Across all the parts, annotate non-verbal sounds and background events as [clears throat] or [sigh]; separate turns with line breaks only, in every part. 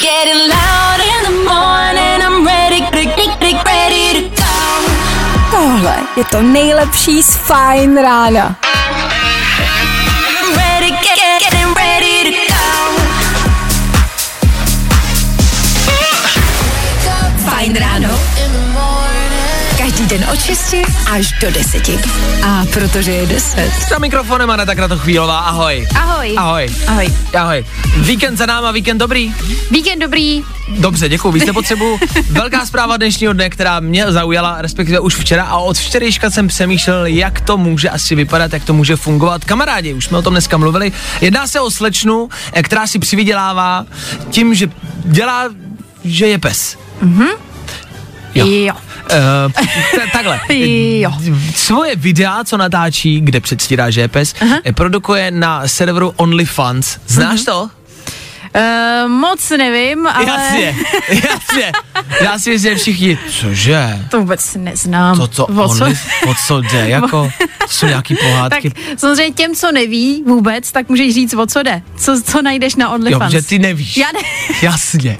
Getting loud in the morning, I'm ready, ready, ready, ready to go.
Tohle je to nejlepší z fajn rána.
I'm ready, get, get, getting ready to go.
Fajn ráno. Každý den od 6 až do 10. A protože je 10.
Za mikrofonem Aneta tak na to chvílová, ahoj.
Ahoj.
Ahoj.
Ahoj.
Ahoj. Víkend za náma, víkend dobrý?
Víkend dobrý.
Dobře, děkuji, víte potřebu. Velká zpráva dnešního dne, která mě zaujala, respektive už včera a od včerejška jsem přemýšlel, jak to může asi vypadat, jak to může fungovat. Kamarádi, už jsme o tom dneska mluvili. Jedná se o slečnu, eh, která si přivydělává tím, že dělá, že je pes. Jo.
jo.
Uh, t- takhle.
[laughs]
Eh,
Jo.
Svoje videa, co natáčí, kde předstírá, že je pes, eh, produkuje na serveru OnlyFans. Znáš to?
Uh, moc nevím, Mhm. ale
Jasně, jasně. Já si myslím, že všichni, cože?
to vůbec neznám.
To, co,
O co?
only, o co jde, jako, to jsou
[laughs]
nějaký
Tak
pohádky.
samozřejmě těm, co neví vůbec, tak můžeš říct, o co jde. Co, co najdeš na
jo,
OnlyFans.
že ty nevíš.
Já ne...
Jasně.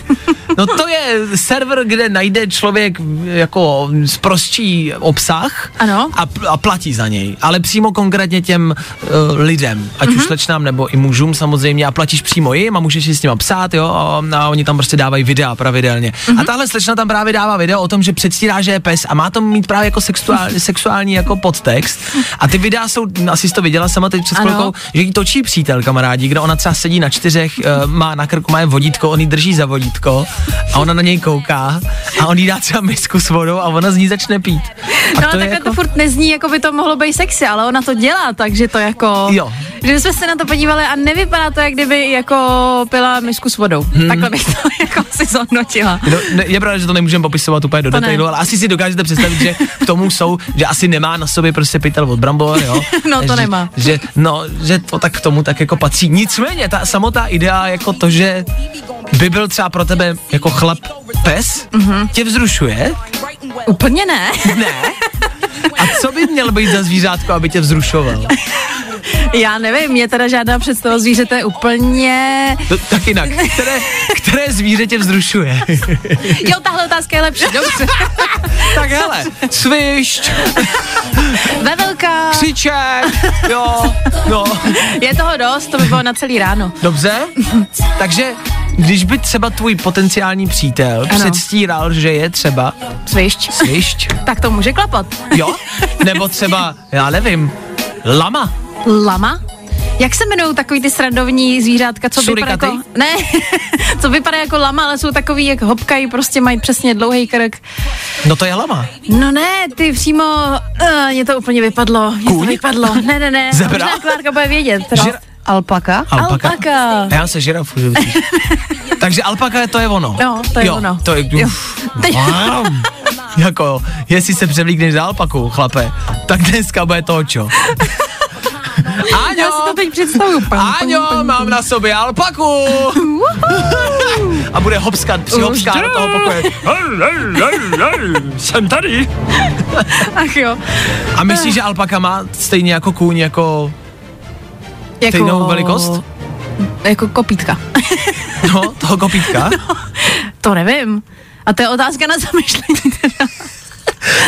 No to je server, kde najde člověk jako zprostší obsah
Ano.
A, pl- a platí za něj. Ale přímo konkrétně těm uh, lidem, ať
Mhm.
mm-hmm. už slečnám nebo i mužům samozřejmě a platíš přímo jim a můžeš si s nima psát, jo, a, a oni tam prostě dávají videa pravidelně. Mm-hmm.
Mhm.
A tahle slečna tam právě dává video o tom, že předstírá, že je pes a má to mít právě jako sexuální, sexuální jako podtext. A ty videa jsou, asi jsi to viděla sama teď před
Ano.
chvilkou, že jí točí přítel, kamarádi, kde ona třeba sedí na čtyřech, eh, má na krku, má je vodítko, on jí drží za vodítko a ona na něj kouká a on jí dá třeba misku s vodou a ona z ní začne pít. A
No, ale takhle to furt nezní, jako by to mohlo být sexy, ale ona to dělá, takže to jako...
Jo.
Že jsme se na to podívali a nevypadá to, jak kdyby jako pila misku s vodou. Hmm. Takhle bych to [laughs] jako si zhodnotila.
No, ne, je pravda, že to nemůžeme popisovat úplně do
To ne.
detailu, ale asi si dokážete představit, že k tomu jsou, že asi nemá na sobě prostě pytel od brambor, jo?
[laughs] No, to
že,
nemá.
Že, no, že to tak k tomu tak jako patří. Nicméně, ta samotná idea jako to, že by byl třeba pro tebe jako chlap pes,
Mhm.
mm-hmm. tě vzrušuje,
Úplně ne.
Ne. A co by měl být za zvířátko, aby tě vzrušoval?
Já nevím, mě teda žádná představa zvířete úplně...
To, No, tak jinak, které, které zvíře tě vzrušuje?
Jo, tahle otázka je lepší, dobře.
[laughs] tak hele, svišť,
Vevelka,
křiček, jo, no,
je toho dost, to by bylo na celý ráno.
dobře? Takže když by třeba tvůj potenciální přítel ano.
Ano.
předstíral, že je třeba
Svišť.
svišť,
Tak to může klapat.
jo? Nebo třeba, já nevím, lama.
Lama? Jak se jmenují takový ty srandovní zvířátka, co
Surikaty?
vypadá jako... Ne, [laughs] co vypadá jako lama, ale jsou takový, jak hopkají, prostě mají přesně dlouhý krk.
No to je lama.
No ne, ty přímo, uh, mě to úplně vypadlo. Mě
Kůň?
to vypadlo. Ne, ne, ne.
Zebra?
Možná Klárka bude vědět.
Žira-
Alpaka.
Alpaka.
Alpaka.
Já se žirafu. že- Takže alpaka to je ono.
No, to je
jo,
ono.
To je,
Jo.
uf, wow. jako, jestli se převlíkneš za alpaku, chlape, tak dneska bude
[laughs]
to čo.
Já si to
Áňo,
teď představuju. Pam, pam,
Áňo,
pam,
mám na sobě alpaku. A bude hopskat, přihopskat do toho pokoje. Jsem tady.
Ach jo.
A myslíš, že alpaka má stejně jako kůň, jako
Jako...
stejnou velikost?
Jako kopítka. [laughs]
No, toho kopítka?
To nevím. A to je otázka na zamyšlení. teda.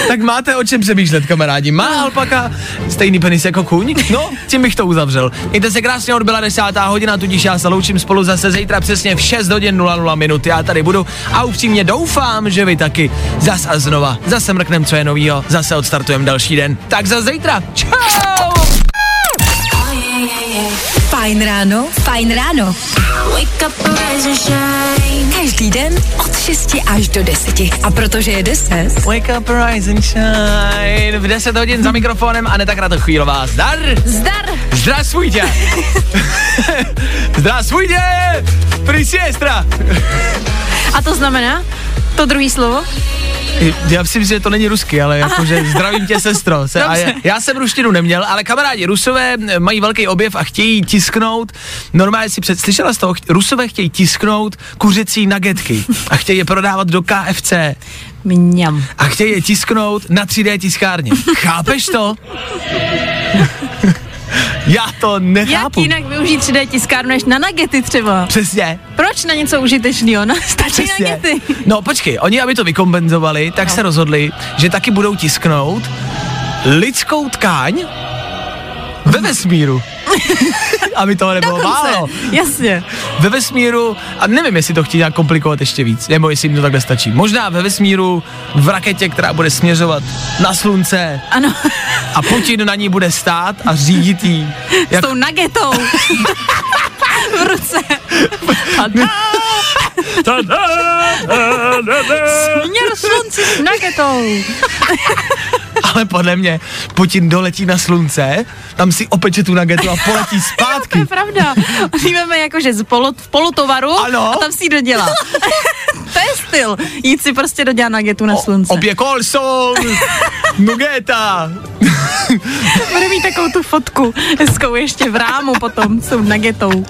Tak máte o čem přemýšlet, kamarádi. Má alpaka stejný penis jako kůň? No, tím bych to uzavřel. Mějte se krásně, odbyla desátá hodina, tudíž já se loučím spolu zase zítra přesně v 6 hodin 00 minut. Já tady budu a upřímně doufám, že vy taky. Zas a znova, zase mrknem, co je novýho, zase odstartujeme další den. Tak za zítra. Čau!
Fajn ráno. Fajn ráno.
Wake up, rise and shine.
Každý den od 6 až do 10. A protože je 10.
Wake up, rise and shine. V 10 hodin za mikrofonem a netakrát chvílová. Zdar!
Zdar!
Здравствуйте! Здравствуйте! Присестра!
A to znamená? To druhý slovo?
Já myslím, že to není rusky, ale jakože zdravím tě, sestro. Se, a
Dobře.
já, já jsem ruštinu neměl, ale kamarádi, rusové eh, mají velký objev a chtějí tisknout, normálně si před, slyšela z toho, Ch- rusové chtějí tisknout kuřecí nagetky a chtějí je prodávat do KFC
Mňam.
a chtějí je tisknout na 3D tiskárně. Chápeš to? [laughs] Já to
Jak
nechápu.
jinak využít 3D tiskárnu než na nagety třeba?
Přesně,
Proč na něco užitečného? No, [laughs] stačí
přesně.
nagety.
No počkej, oni aby to vykompenzovali, tak
No.
se rozhodli, že taky budou tisknout lidskou tkáň ve vesmíru. aby toho nebylo No, málo.
Jasně.
Ve vesmíru, a nevím, jestli to chtějí nějak komplikovat ještě víc, nebo jestli jim to takhle stačí. Možná ve vesmíru v raketě, která bude směřovat na slunce
Ano,
a Putin na ní bude stát a řídit jí.
s
[laughs] Jak
tou
[laughs]
nagetou. v ruce. A dá,
[laughs]
měl slunci s nagetou.
Ale podle mě Putin doletí na slunce, tam si opeče tu nagetu a
[laughs]
poletí
To je
zpátky.
pravda. Víme jakože z polot, v polotovaru
Ano.
a tam si ji
[laughs]
dodělá. to je styl. Jít si prostě dodělat nagetu na slunce.
O, obě kol jsou nugeta.
Bude mít takovou tu fotku hezkou ještě v rámu potom s tou nagetou.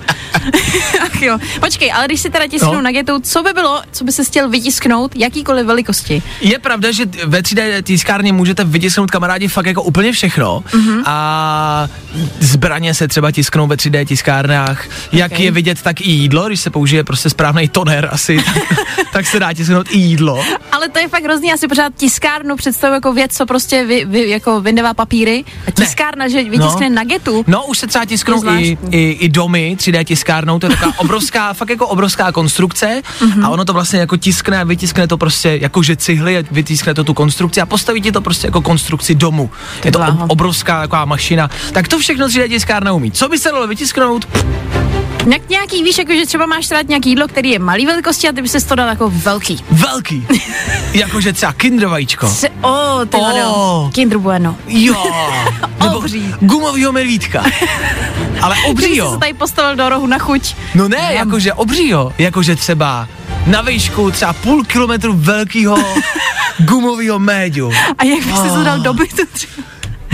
[laughs] Ach jo. Počkej, ale když si teda tisknou
No.
no. nagetou, co by bylo, co by se chtěl vytisknout, jakýkoliv velikosti?
Je pravda, že ve 3D tiskárně můžete vytisknout kamarádi fakt jako úplně všechno
Mhm.
mm-hmm. a zbraně se třeba tisknou ve 3D tiskárnách, jak
Okay.
je vidět, tak i jídlo, když se použije prostě správný toner asi, [laughs] tak, tak se dá tisknout i jídlo.
Ale to je fakt hrozný, já si pořád tiskárnu představuji jako věc, co prostě vy, vy, jako vyndává papíry a tiskárna, že vytiskne
No.
no. nagetu.
No, už se třeba tisknou
To je
i,
zvláštní.
i, i domy 3D tiskárnou, to je
[laughs]
taková obrovská, fakt jako obrovská konstrukce
Mhm.
mm-hmm. a ono to vlastně jako tiskne a vytiskne to prostě jako že cihly, a vytiskne to tu konstrukci a postaví ti to prostě jako konstrukci domu. je to ob,
bláho.
obrovská taková mašina. Tak to všechno 3D tiskárna umí. Co by se dalo vytisknout? No.
Jak nějaký, víš, jako, že třeba máš rád nějaký jídlo, který je malý velikosti a ty by se to dal jako velký. [laughs]
Velký. Jakože třeba kinder vajíčko.
Se, o, ty
No. O.
oh. Kinder Bueno. [laughs]
Jo. Nebo
Obří. [laughs]
gumovýho medvídka. Ale
Kdyby jsi
obřího.
se tady postavil do rohu na chuť.
No ne, jakože obřího, jakože třeba na výšku třeba půl kilometru velkého gumového méďu.
A jak bys si to dal do bytu třeba?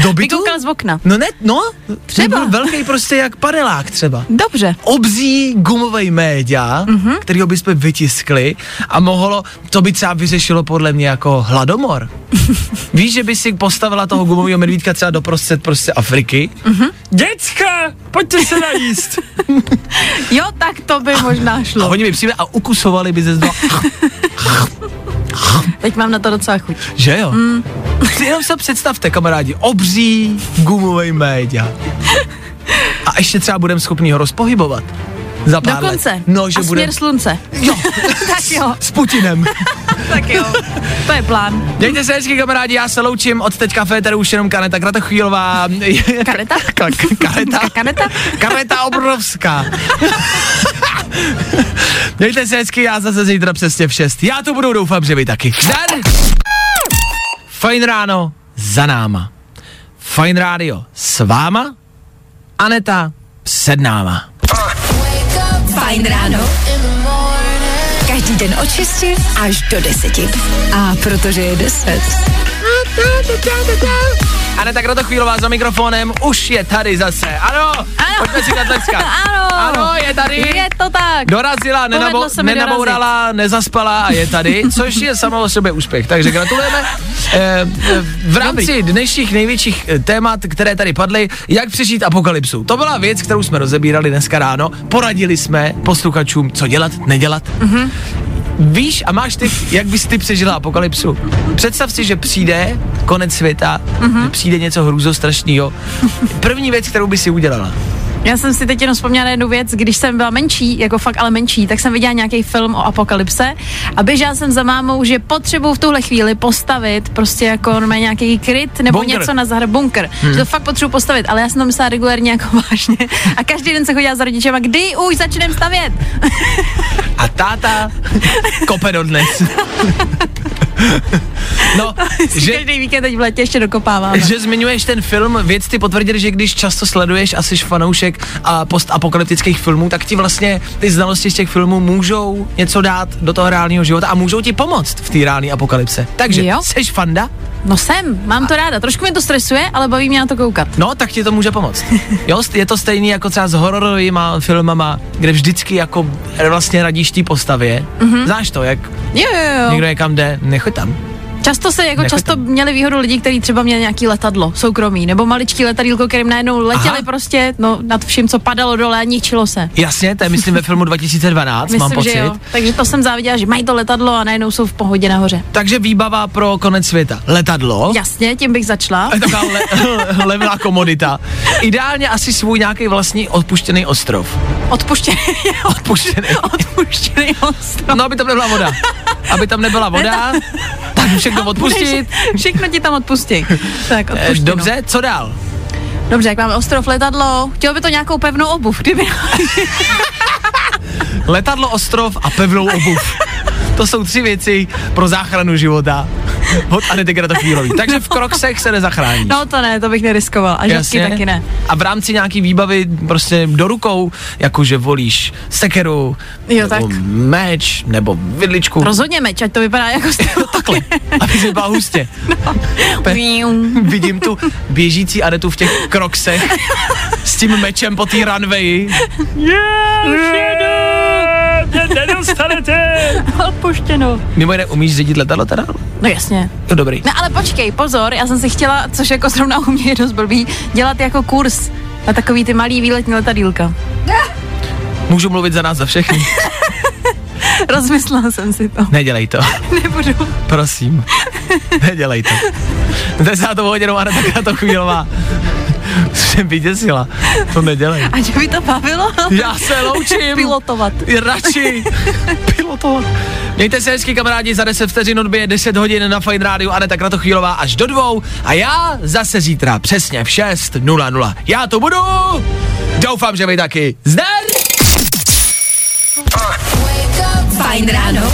Do Ah. bytu?
Vykoukal z okna.
No ne, no,
Třeba.
třeba. velký prostě jak panelák třeba.
Dobře.
Obzí gumový média, mm-hmm. kterýho bychom vytiskli a mohlo, to by třeba vyřešilo podle mě jako hladomor. Víš, že by si postavila toho gumového medvídka třeba doprostřed prostě Afriky? Mm-hmm. Děcka, pojďte se najíst.
Jo, tak to by možná
A
šlo.
oni by přijeli a ukusovali by ze zdola.
Teď mám na to docela chuť.
Že jo? Mm. [laughs] Jenom se představte, kamarádi, obří gumový média. A ještě třeba budeme schopni ho rozpohybovat. Za pár
Dokonce.
Let. No, že
a
bude.
směr slunce.
[laughs] Jo,
Tak jo,
s Putinem.
tak jo. To je plán.
Mějte se hezky, kamarádi, já se loučím od teďka Féteru už jenom Kaneta
[laughs]
Kratochvílová. [laughs]
Kareta?
Ka- ka- kareta.
Kaneta?
Kareta obrovská. Mějte se hezky, já zase zítra přesně v 6. Já to budu, doufám, že vy taky. Zdar! Fajn ráno za náma. Fajn rádio s váma. Aneta před náma.
Fajn ráno. Každý den od 6 až do 10. A protože je 10.
Aneta Kratochvílová za mikrofonem, už je tady zase. Ano,
Ano.
pojďme si zatleskat.
[laughs] Ano.
Ano, je tady.
Je to tak.
Dorazila, nenabo-
Povedlo se mi
nenabourala, nezaspala a
[laughs]
je tady, což je samo o sobě úspěch. Takže gratulujeme. Eh, eh, V rámci dnešních největších eh, témat, které tady padly, jak přežít apokalypsu. To byla věc, kterou jsme rozebírali dneska ráno. Poradili jsme posluchačům, co dělat, nedělat.
Mhm.
Víš a máš ty, jak bys ty přežila apokalypsu? Představ si, že přijde konec světa,
Mhm.
že přijde něco hrůzostrašného. První věc, kterou by si udělala.
Já jsem si teď jenom vzpomněla na jednu věc, když jsem byla menší, jako fakt ale menší, tak jsem viděla nějaký film o apokalypse a běžela jsem za mámou, že potřebuju v tuhle chvíli postavit prostě jako normálně nějaký kryt nebo
Bunkr.
něco na zahrad bunker. Hmm. Že to fakt potřebuju postavit, ale já jsem to myslela regulérně jako [laughs] vážně. A každý den se chodila za rodičem a kdy už začneme stavět?
A [laughs] táta kope do [laughs] dnes. No, že,
Každý víkend teď v letě ještě dokopáváme.
že zmiňuješ ten film, vědci potvrdili, že když často sleduješ a jsi fanoušek a postapokalyptických filmů, tak ti vlastně ty znalosti z těch filmů můžou něco dát do toho reálného života a můžou ti pomoct v té reálné apokalypse. Takže
Jo.
jsi fanda?
No jsem, mám to ráda. Trošku mě to stresuje, ale baví mě na to koukat.
No, tak ti to může pomoct. Jo, st- je to stejný jako třeba s hororovými filmama, kde vždycky jako vlastně radíš té postavě. Mm-hmm. Znáš to, jak
Jo, jo, jo.
někdo někam jde, nechoď tam.
Často se, jako
Nechoďte.
často měli výhodu lidi, kteří třeba měli nějaký letadlo soukromý, nebo maličký letadílko, kterým najednou letěli
Aha.
prostě no, nad vším, co padalo dole a ničilo se.
Jasně, to je myslím
[laughs]
ve filmu 2012, mám
Myslím,
pocit.
že jo. Takže to jsem záviděla, že mají to letadlo a najednou jsou v pohodě nahoře.
Takže výbava pro konec světa. Letadlo.
Jasně, tím bych začala.
To je Taková le, [laughs] levná komodita. Ideálně asi svůj nějaký vlastní
[laughs]
odpuštěný ostrov.
Odpuštěný, [laughs]
Odpuštěný.
odpuštěný ostrov.
No, aby tam nebyla voda. Aby tam nebyla voda, tak všechno odpustit.
Všechno ti tam odpustí. Tak
Eh,
odpuštěno.
Dobře, co dál?
Dobře, jak máme ostrov, letadlo, chtělo by to nějakou pevnou obuv, kdyby... [laughs]
Letadlo, ostrov a pevnou obuv. To jsou tři věci pro záchranu života. Od Anety Kratochvílový. Takže v kroksech se nezachrání.
No to ne, to bych neriskoval. A žabky taky ne.
A v rámci nějaký výbavy prostě do rukou, jakože volíš sekeru,
Jo,
nebo
tak.
meč, nebo vidličku. [laughs]
Rozhodně meč, ať to vypadá jako styl.
Takhle, aby se byla hustě. Pe- Vidím tu běžící Anetu v těch kroksech s tím mečem po té runwayi.
Opuštěno.
Mimo jiné, umíš řídit letadlo teda?
No jasně.
No dobrý.
No ale počkej, pozor, já jsem si chtěla, což jako zrovna u mě je dost blbý, dělat jako kurz na takový ty malý výletní letadílka. [laughs]
Můžu mluvit za nás za všechny.
Rozmyslela jsem si to. [laughs]
Nedělej to.
Nebudu.
Prosím. Nedělej to. Desátou hodinou Aneta Kratochvílová. Jsem vyděsila. To nedělej.
A že by to bavilo? [laughs]
Já se loučím.
Pilotovat.
Radši pilotovat. Mějte se hezky, kamarádi, za 10 vteřin odbije 10 hodin na Fine Rádiu, Aneta Kratochvílová až do dvou a já zase zítra přesně v 6.00. Já to budu! Doufám, že vy taky. Zdar!
Fajn ráno.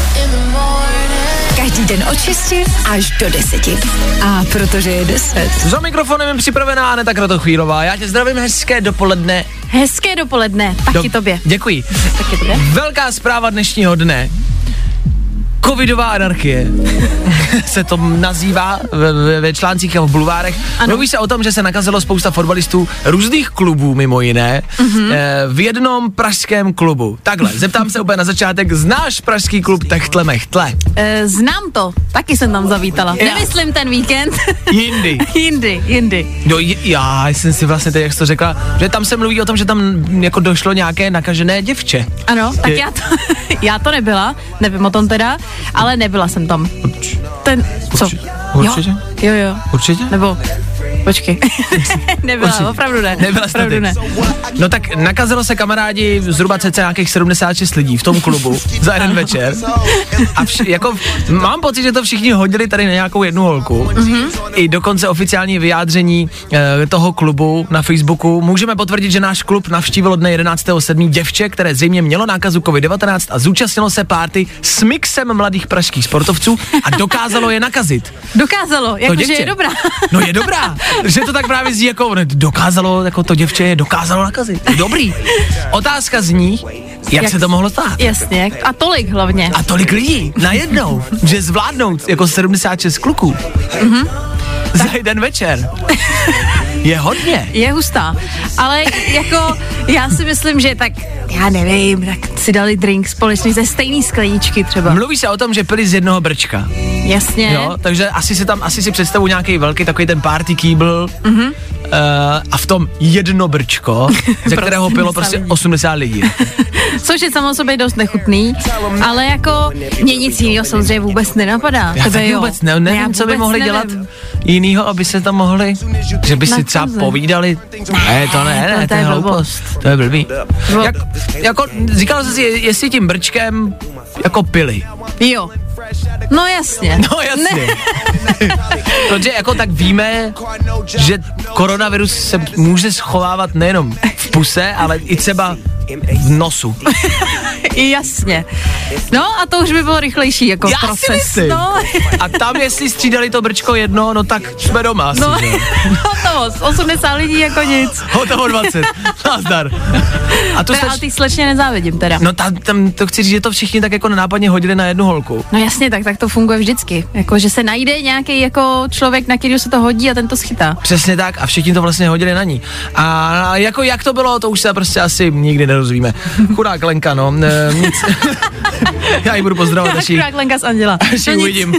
Každý den od 6 až do 10. A protože je 10.
Za mikrofonem je připravená Aneta Kratochvílová. Já tě zdravím, hezké dopoledne.
Hezké dopoledne, taky
Do-
tobě.
Děkuji.
Taky tobě.
Velká zpráva dnešního dne. Covidová anarchie [laughs] se to nazývá ve, ve, ve článcích a v bulvárech. Ano. Mluví se o tom, že se nakazilo spousta fotbalistů různých klubů, mimo jiné, mm-hmm. v jednom pražském klubu. Takhle, zeptám se úplně na začátek, znáš pražský klub Techtle Mechtle?
E, znám to, taky jsem tam zavítala.
Já.
Nemyslím ten víkend.
[laughs] Jindy.
[laughs] jindy, jindy.
No, j- já jsem si vlastně teď, jak jsi to řekla, že tam se mluví o tom, že tam mm, jako došlo nějaké nakažené děvče.
Ano, tak
Je-
já to, [laughs] já to nebyla, nevím o tom teda, ale nebyla jsem tam. Ten, co?
Určitě. Určitě?
Jo, jo, jo.
Určitě?
Nebo,
[laughs]
počkej. nebyla,
Určitě.
opravdu ne.
Nebyla jste
opravdu
ty.
ne.
No tak nakazilo se kamarádi zhruba cca nějakých 76 lidí v tom klubu za jeden večer. A vši, jako, mám pocit, že to všichni hodili tady na nějakou jednu holku.
Mhm.
Mm-hmm. I dokonce oficiální vyjádření e, toho klubu na Facebooku. Můžeme potvrdit, že náš klub navštívilo dne 11.7. děvče, které zřejmě mělo nákazu COVID-19 a zúčastnilo se párty s mixem mladých pražských sportovců a dokázalo je nakazit.
Dokázalo,
To
jakože
děvče.
je dobrá.
[laughs] No je dobrá, že to tak právě zní jako ono dokázalo, jako to děvče je dokázalo nakazit. Dobrý. Otázka zní, jak, jak
Jak-
se to mohlo stát?
[laughs] Jasně, a tolik hlavně.
A tolik lidí najednou, že zvládnout jako 76 kluků mm-hmm.
Mhm.
za jeden večer je hodně.
Je hustá, ale jako já si myslím, že tak, já nevím, tak si dali drink společný ze stejné skleničky třeba.
Mluví se o tom, že pili z jednoho brčka.
Jasně.
Jo, takže asi si tam, asi si představu nějaký velký takový ten party kýbl
Mhm.
mm-hmm. uh, a v tom jedno brčko,
[laughs]
ze kterého pilo
80
prostě
lidí.
80 lidí.
Což je samo sobě dost nechutný, ale jako mě nic jiného samozřejmě vůbec nenapadá.
Já
Tebe
taky
jo.
vůbec ne,
já
nevím, co by
vůbec
mohli dělat
nevím.
jinýho, aby se tam mohli, že by si třeba
Nakazit.
povídali. Ne, to ne, ne, to, je hloupost. To je blbý.
Blb-
Jak, jako, říkal jsem si, je- jestli tím brčkem jako pili.
Jo. No jasně.
No jasně. [laughs] Protože jako tak víme, že koronavirus se může schovávat nejenom v puse, ale i třeba v nosu.
I jasně. No a to už by bylo rychlejší jako
Já si
proces.
myslím.
No,
A tam, jestli střídali to brčko jedno, no tak jsme doma asi,
no, [laughs]
že?
hotovo, z 80 lidí jako nic.
Hotovo 20. Nazdar. A to
Teda,
jste...
ale ty slečně nezávidím teda.
No tam, tam to chci říct, že to všichni tak jako nenápadně hodili na jednu holku.
No jasně, tak, tak to funguje vždycky. Jako, že se najde nějaký jako člověk, na který se to hodí a ten to schytá.
Přesně tak a všichni to vlastně hodili na ní. A jako jak to bylo, to už se prostě asi nikdy nedozvíme. Chudák Lenka, no, e, nic. [laughs] Já ji budu pozdravovat, až ji,
Akorát Lenka z Anděla.
[laughs] až
No nic.
ji uvidím.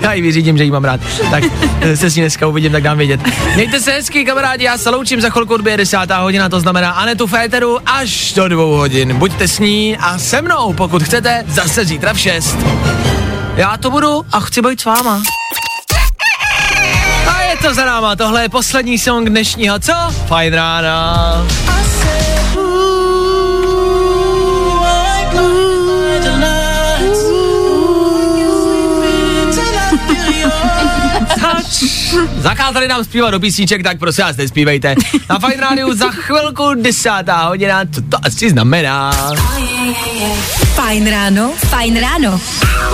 Já ji vyřídím, že ji mám rád. Tak e, se s ní dneska uvidím, tak dám vědět. Mějte se hezky, kamarádi, já se loučím za chvilku odběr 10. hodina, to znamená Anetu Féteru až do dvou hodin. Buďte s ní a se mnou, pokud chcete, zase zítra v 6. Já to budu a chci být s váma. A je to za náma, tohle je poslední song dnešního, co? Fajn rána. Zakázali nám zpívat do písniček, tak prosím vás, nespívejte. Na Fajn rádiu za chvilku desátá hodina, co to asi znamená?
Fajn ráno, fajn ráno.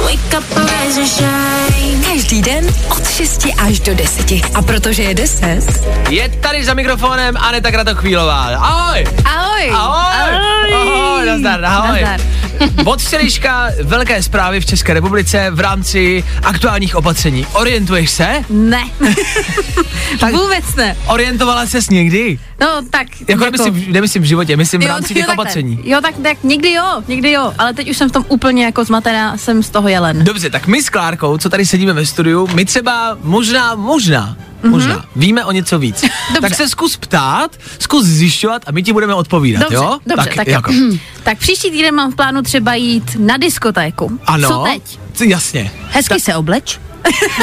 Wake up, rise and shine.
Každý den od 6 až do 10. A protože je 10,
Je tady za mikrofonem Aneta Kratochvílová. Ahoj!
Ahoj.
Ahoj! Ahoj, nazdar, ahoj. [laughs]
Nazdar.
Od včerejška velké zprávy v České republice v rámci aktuálních opatření. Orientuješ se? [laughs]
Ne. Vůbec ne.
Orientovala ses někdy?
No tak.
Jako, nemyslím, nemyslím v životě, myslím v rámci těch
takhle.
opatření.
Jo, tak, tak někdy jo, někdy jo, ale teď už jsem v tom úplně jako zmatená, jsem z toho jelen.
Dobře, tak my s Klárkou, co tady sedíme ve studiu, my třeba možná, možná,
Mhm.
možná, víme o
[laughs]
něco víc. tak se zkus ptát, zkus zjišťovat a my ti budeme odpovídat,
Dobře,
jo?
dobře, tak, Mhm. tak,
jako.
[clears throat] tak příští týden mám v plánu třeba jít na diskotéku.
Ano,
Co teď?
C- jasně,
Hezky se obleč.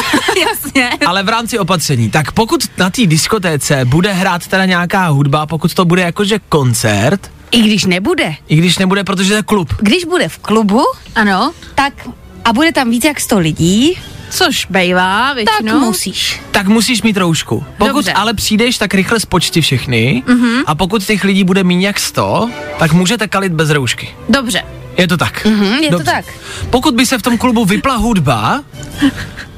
[laughs]
Jasně.
ale v rámci opatření. Tak pokud na té diskotéce bude hrát teda nějaká hudba, pokud to bude jakože koncert,
I když nebude,
i když nebude, protože to je klub.
když bude v klubu,
Ano,
tak a bude tam víc jak 100 lidí,
což bejvá
tak no.
většinou.
musíš.
Tak musíš mít roušku. Pokud
Dobře. Mhm.
ale přijdeš, tak rychle spočti všechny mm-hmm. a pokud těch lidí bude méně jak 100, tak můžete kalit bez roušky.
Dobře.
Je to tak. Mm-hmm,
Mhm, je to tak.
Pokud by se v tom klubu vypla hudba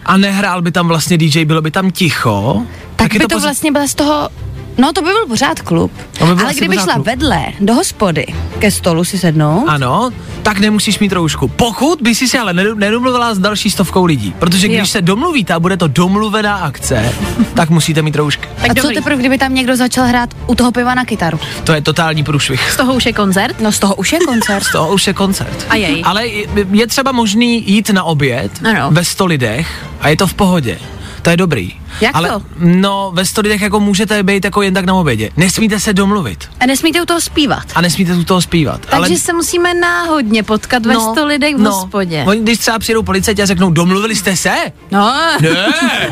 a nehrál by tam vlastně DJ, bylo by tam ticho, tak,
Tak, tak
je
by to,
poz-
vlastně byla z toho, no to by byl pořád klub.
To by byl
Ale
asi
kdyby
pořád
šla
klub.
vedle do hospody, ke stolu si sednou,
Ano, tak nemusíš mít roušku. Pokud by si se ale nedo- nedomluvila s další stovkou lidí, protože když jo.
Jo.
se domluvíte a bude to domluvená akce, tak musíte mít roušky.
Tak
a co
dobrý.
teprve, kdyby tam někdo začal hrát u toho piva na kytaru?
To je totální průšvih.
Z toho už je koncert.
No z toho už je
[laughs]
koncert.
To už je koncert.
A jej.
Ale je- je třeba možný jít na oběd
Ano.
ve 100 lidech a je to v pohodě. To je dobrý.
Jak
Ale
to?
no, ve 100 lidech jako můžete být jako jen tak na obědě. Nesmíte se domluvit
a nesmíte u toho zpívat.
a nesmíte u toho zpívat.
Takže ale... se musíme náhodně potkat ve
No,
sto lidech v hospodě.
Oni, když třeba přijdou policajti a řeknou, domluvili jste se?
No, [laughs]
Ne.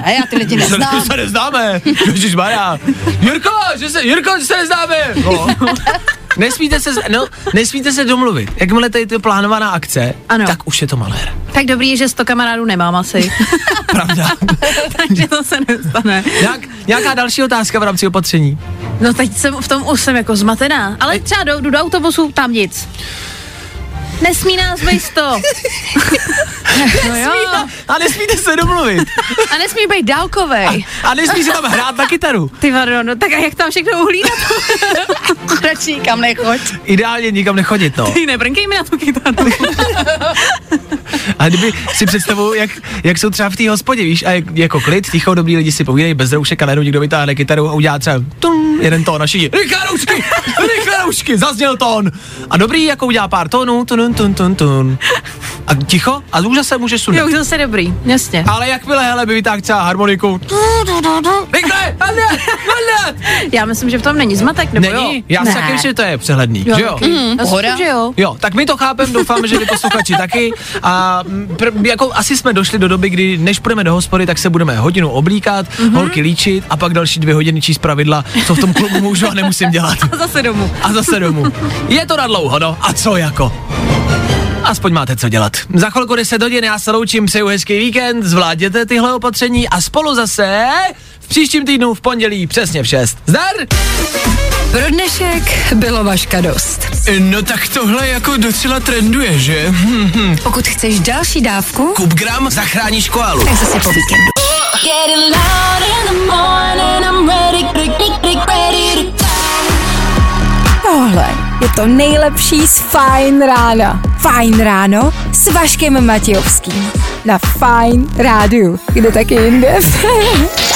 A já ty lidi
se, [laughs]
neznám.
se neznáme. Ježišmarja. Jirko, že se, Jirko, že se neznáme. No. Nesmíte se, no, nesmíte se domluvit. Jakmile tady je plánovaná akce,
Ano.
tak už je to malér.
tak dobrý, že sto kamarádů nemám asi.
[laughs] Pravda.
[laughs] Takže to se nestane.
Nějak, nějaká další otázka v rámci opatření.
No teď jsem v tom už jsem jako zmatená. Ale třeba jdu, jdu do autobusu, tam nic. Nesmí nás být
[laughs]
sto. no jo.
A nesmíte se domluvit.
A nesmí být dálkovej.
A nesmí se tam hrát na kytaru.
Ty vado, no tak a jak tam všechno uhlídat?
Radši nikam nechoď.
Ideálně nikam nechodit, no.
Ty nebrnkej mi na tu kytaru.
A kdyby si představuju, jak, jak jsou třeba v té hospodě, víš, a jak, jako klid, ticho, dobrý lidi si povídají bez roušek a najednou někdo vytáhne kytaru a udělá třeba tum, jeden tón a všichni, rychle roušky, rychle roušky, zazněl tón. A dobrý, jako udělá pár tónů, tun, tun, tun, tun. A ticho, a už zase může sundat.
[laughs] Jo, už zase dobrý, jasně.
Ale jakmile hele by vytáhl třeba harmoniku, tu, tu, tu, tu, rychle, ale, ale.
Já myslím, že v tom není zmatek, nebo
Není,
jo?
já si
Ne.
taky myslím, že to je přehledný,
Jo,
že jo? Mhm.
taky. Já si
pohoda.
myslím, že jo.
Jo, tak my to chápem, doufám, že vy posluchači taky. A mm, pr- jako asi jsme došli do doby, kdy než půjdeme do hospody, tak se budeme hodinu oblíkat, mm-hmm. holky líčit a pak další dvě hodiny číst pravidla, co v tom klubu můžu a nemusím dělat.
A zase domů.
A [laughs] zase domů. Je to na dlouho, no. A co jako? Aspoň máte co dělat. Za chvilku 10 hodin já se loučím, přeju hezký víkend, zvládněte tyhle opatření a spolu zase v příštím týdnu v pondělí přesně v 6. Zdar!
pro dnešek bylo vaška dost.
No tak tohle jako docela trenduje, že? Hm?
Pokud chceš další dávku,
Kup gram, zachráníš koalu.
tak zase po víkendu.
Getting loud in the morning. I'm ready, ready, ready, ready to go.
Tohle je to nejlepší z Fajn rána. Fajn ráno s Vaškem Matějovským. Na Fajn rádiu. Kde taky jinde? [laughs]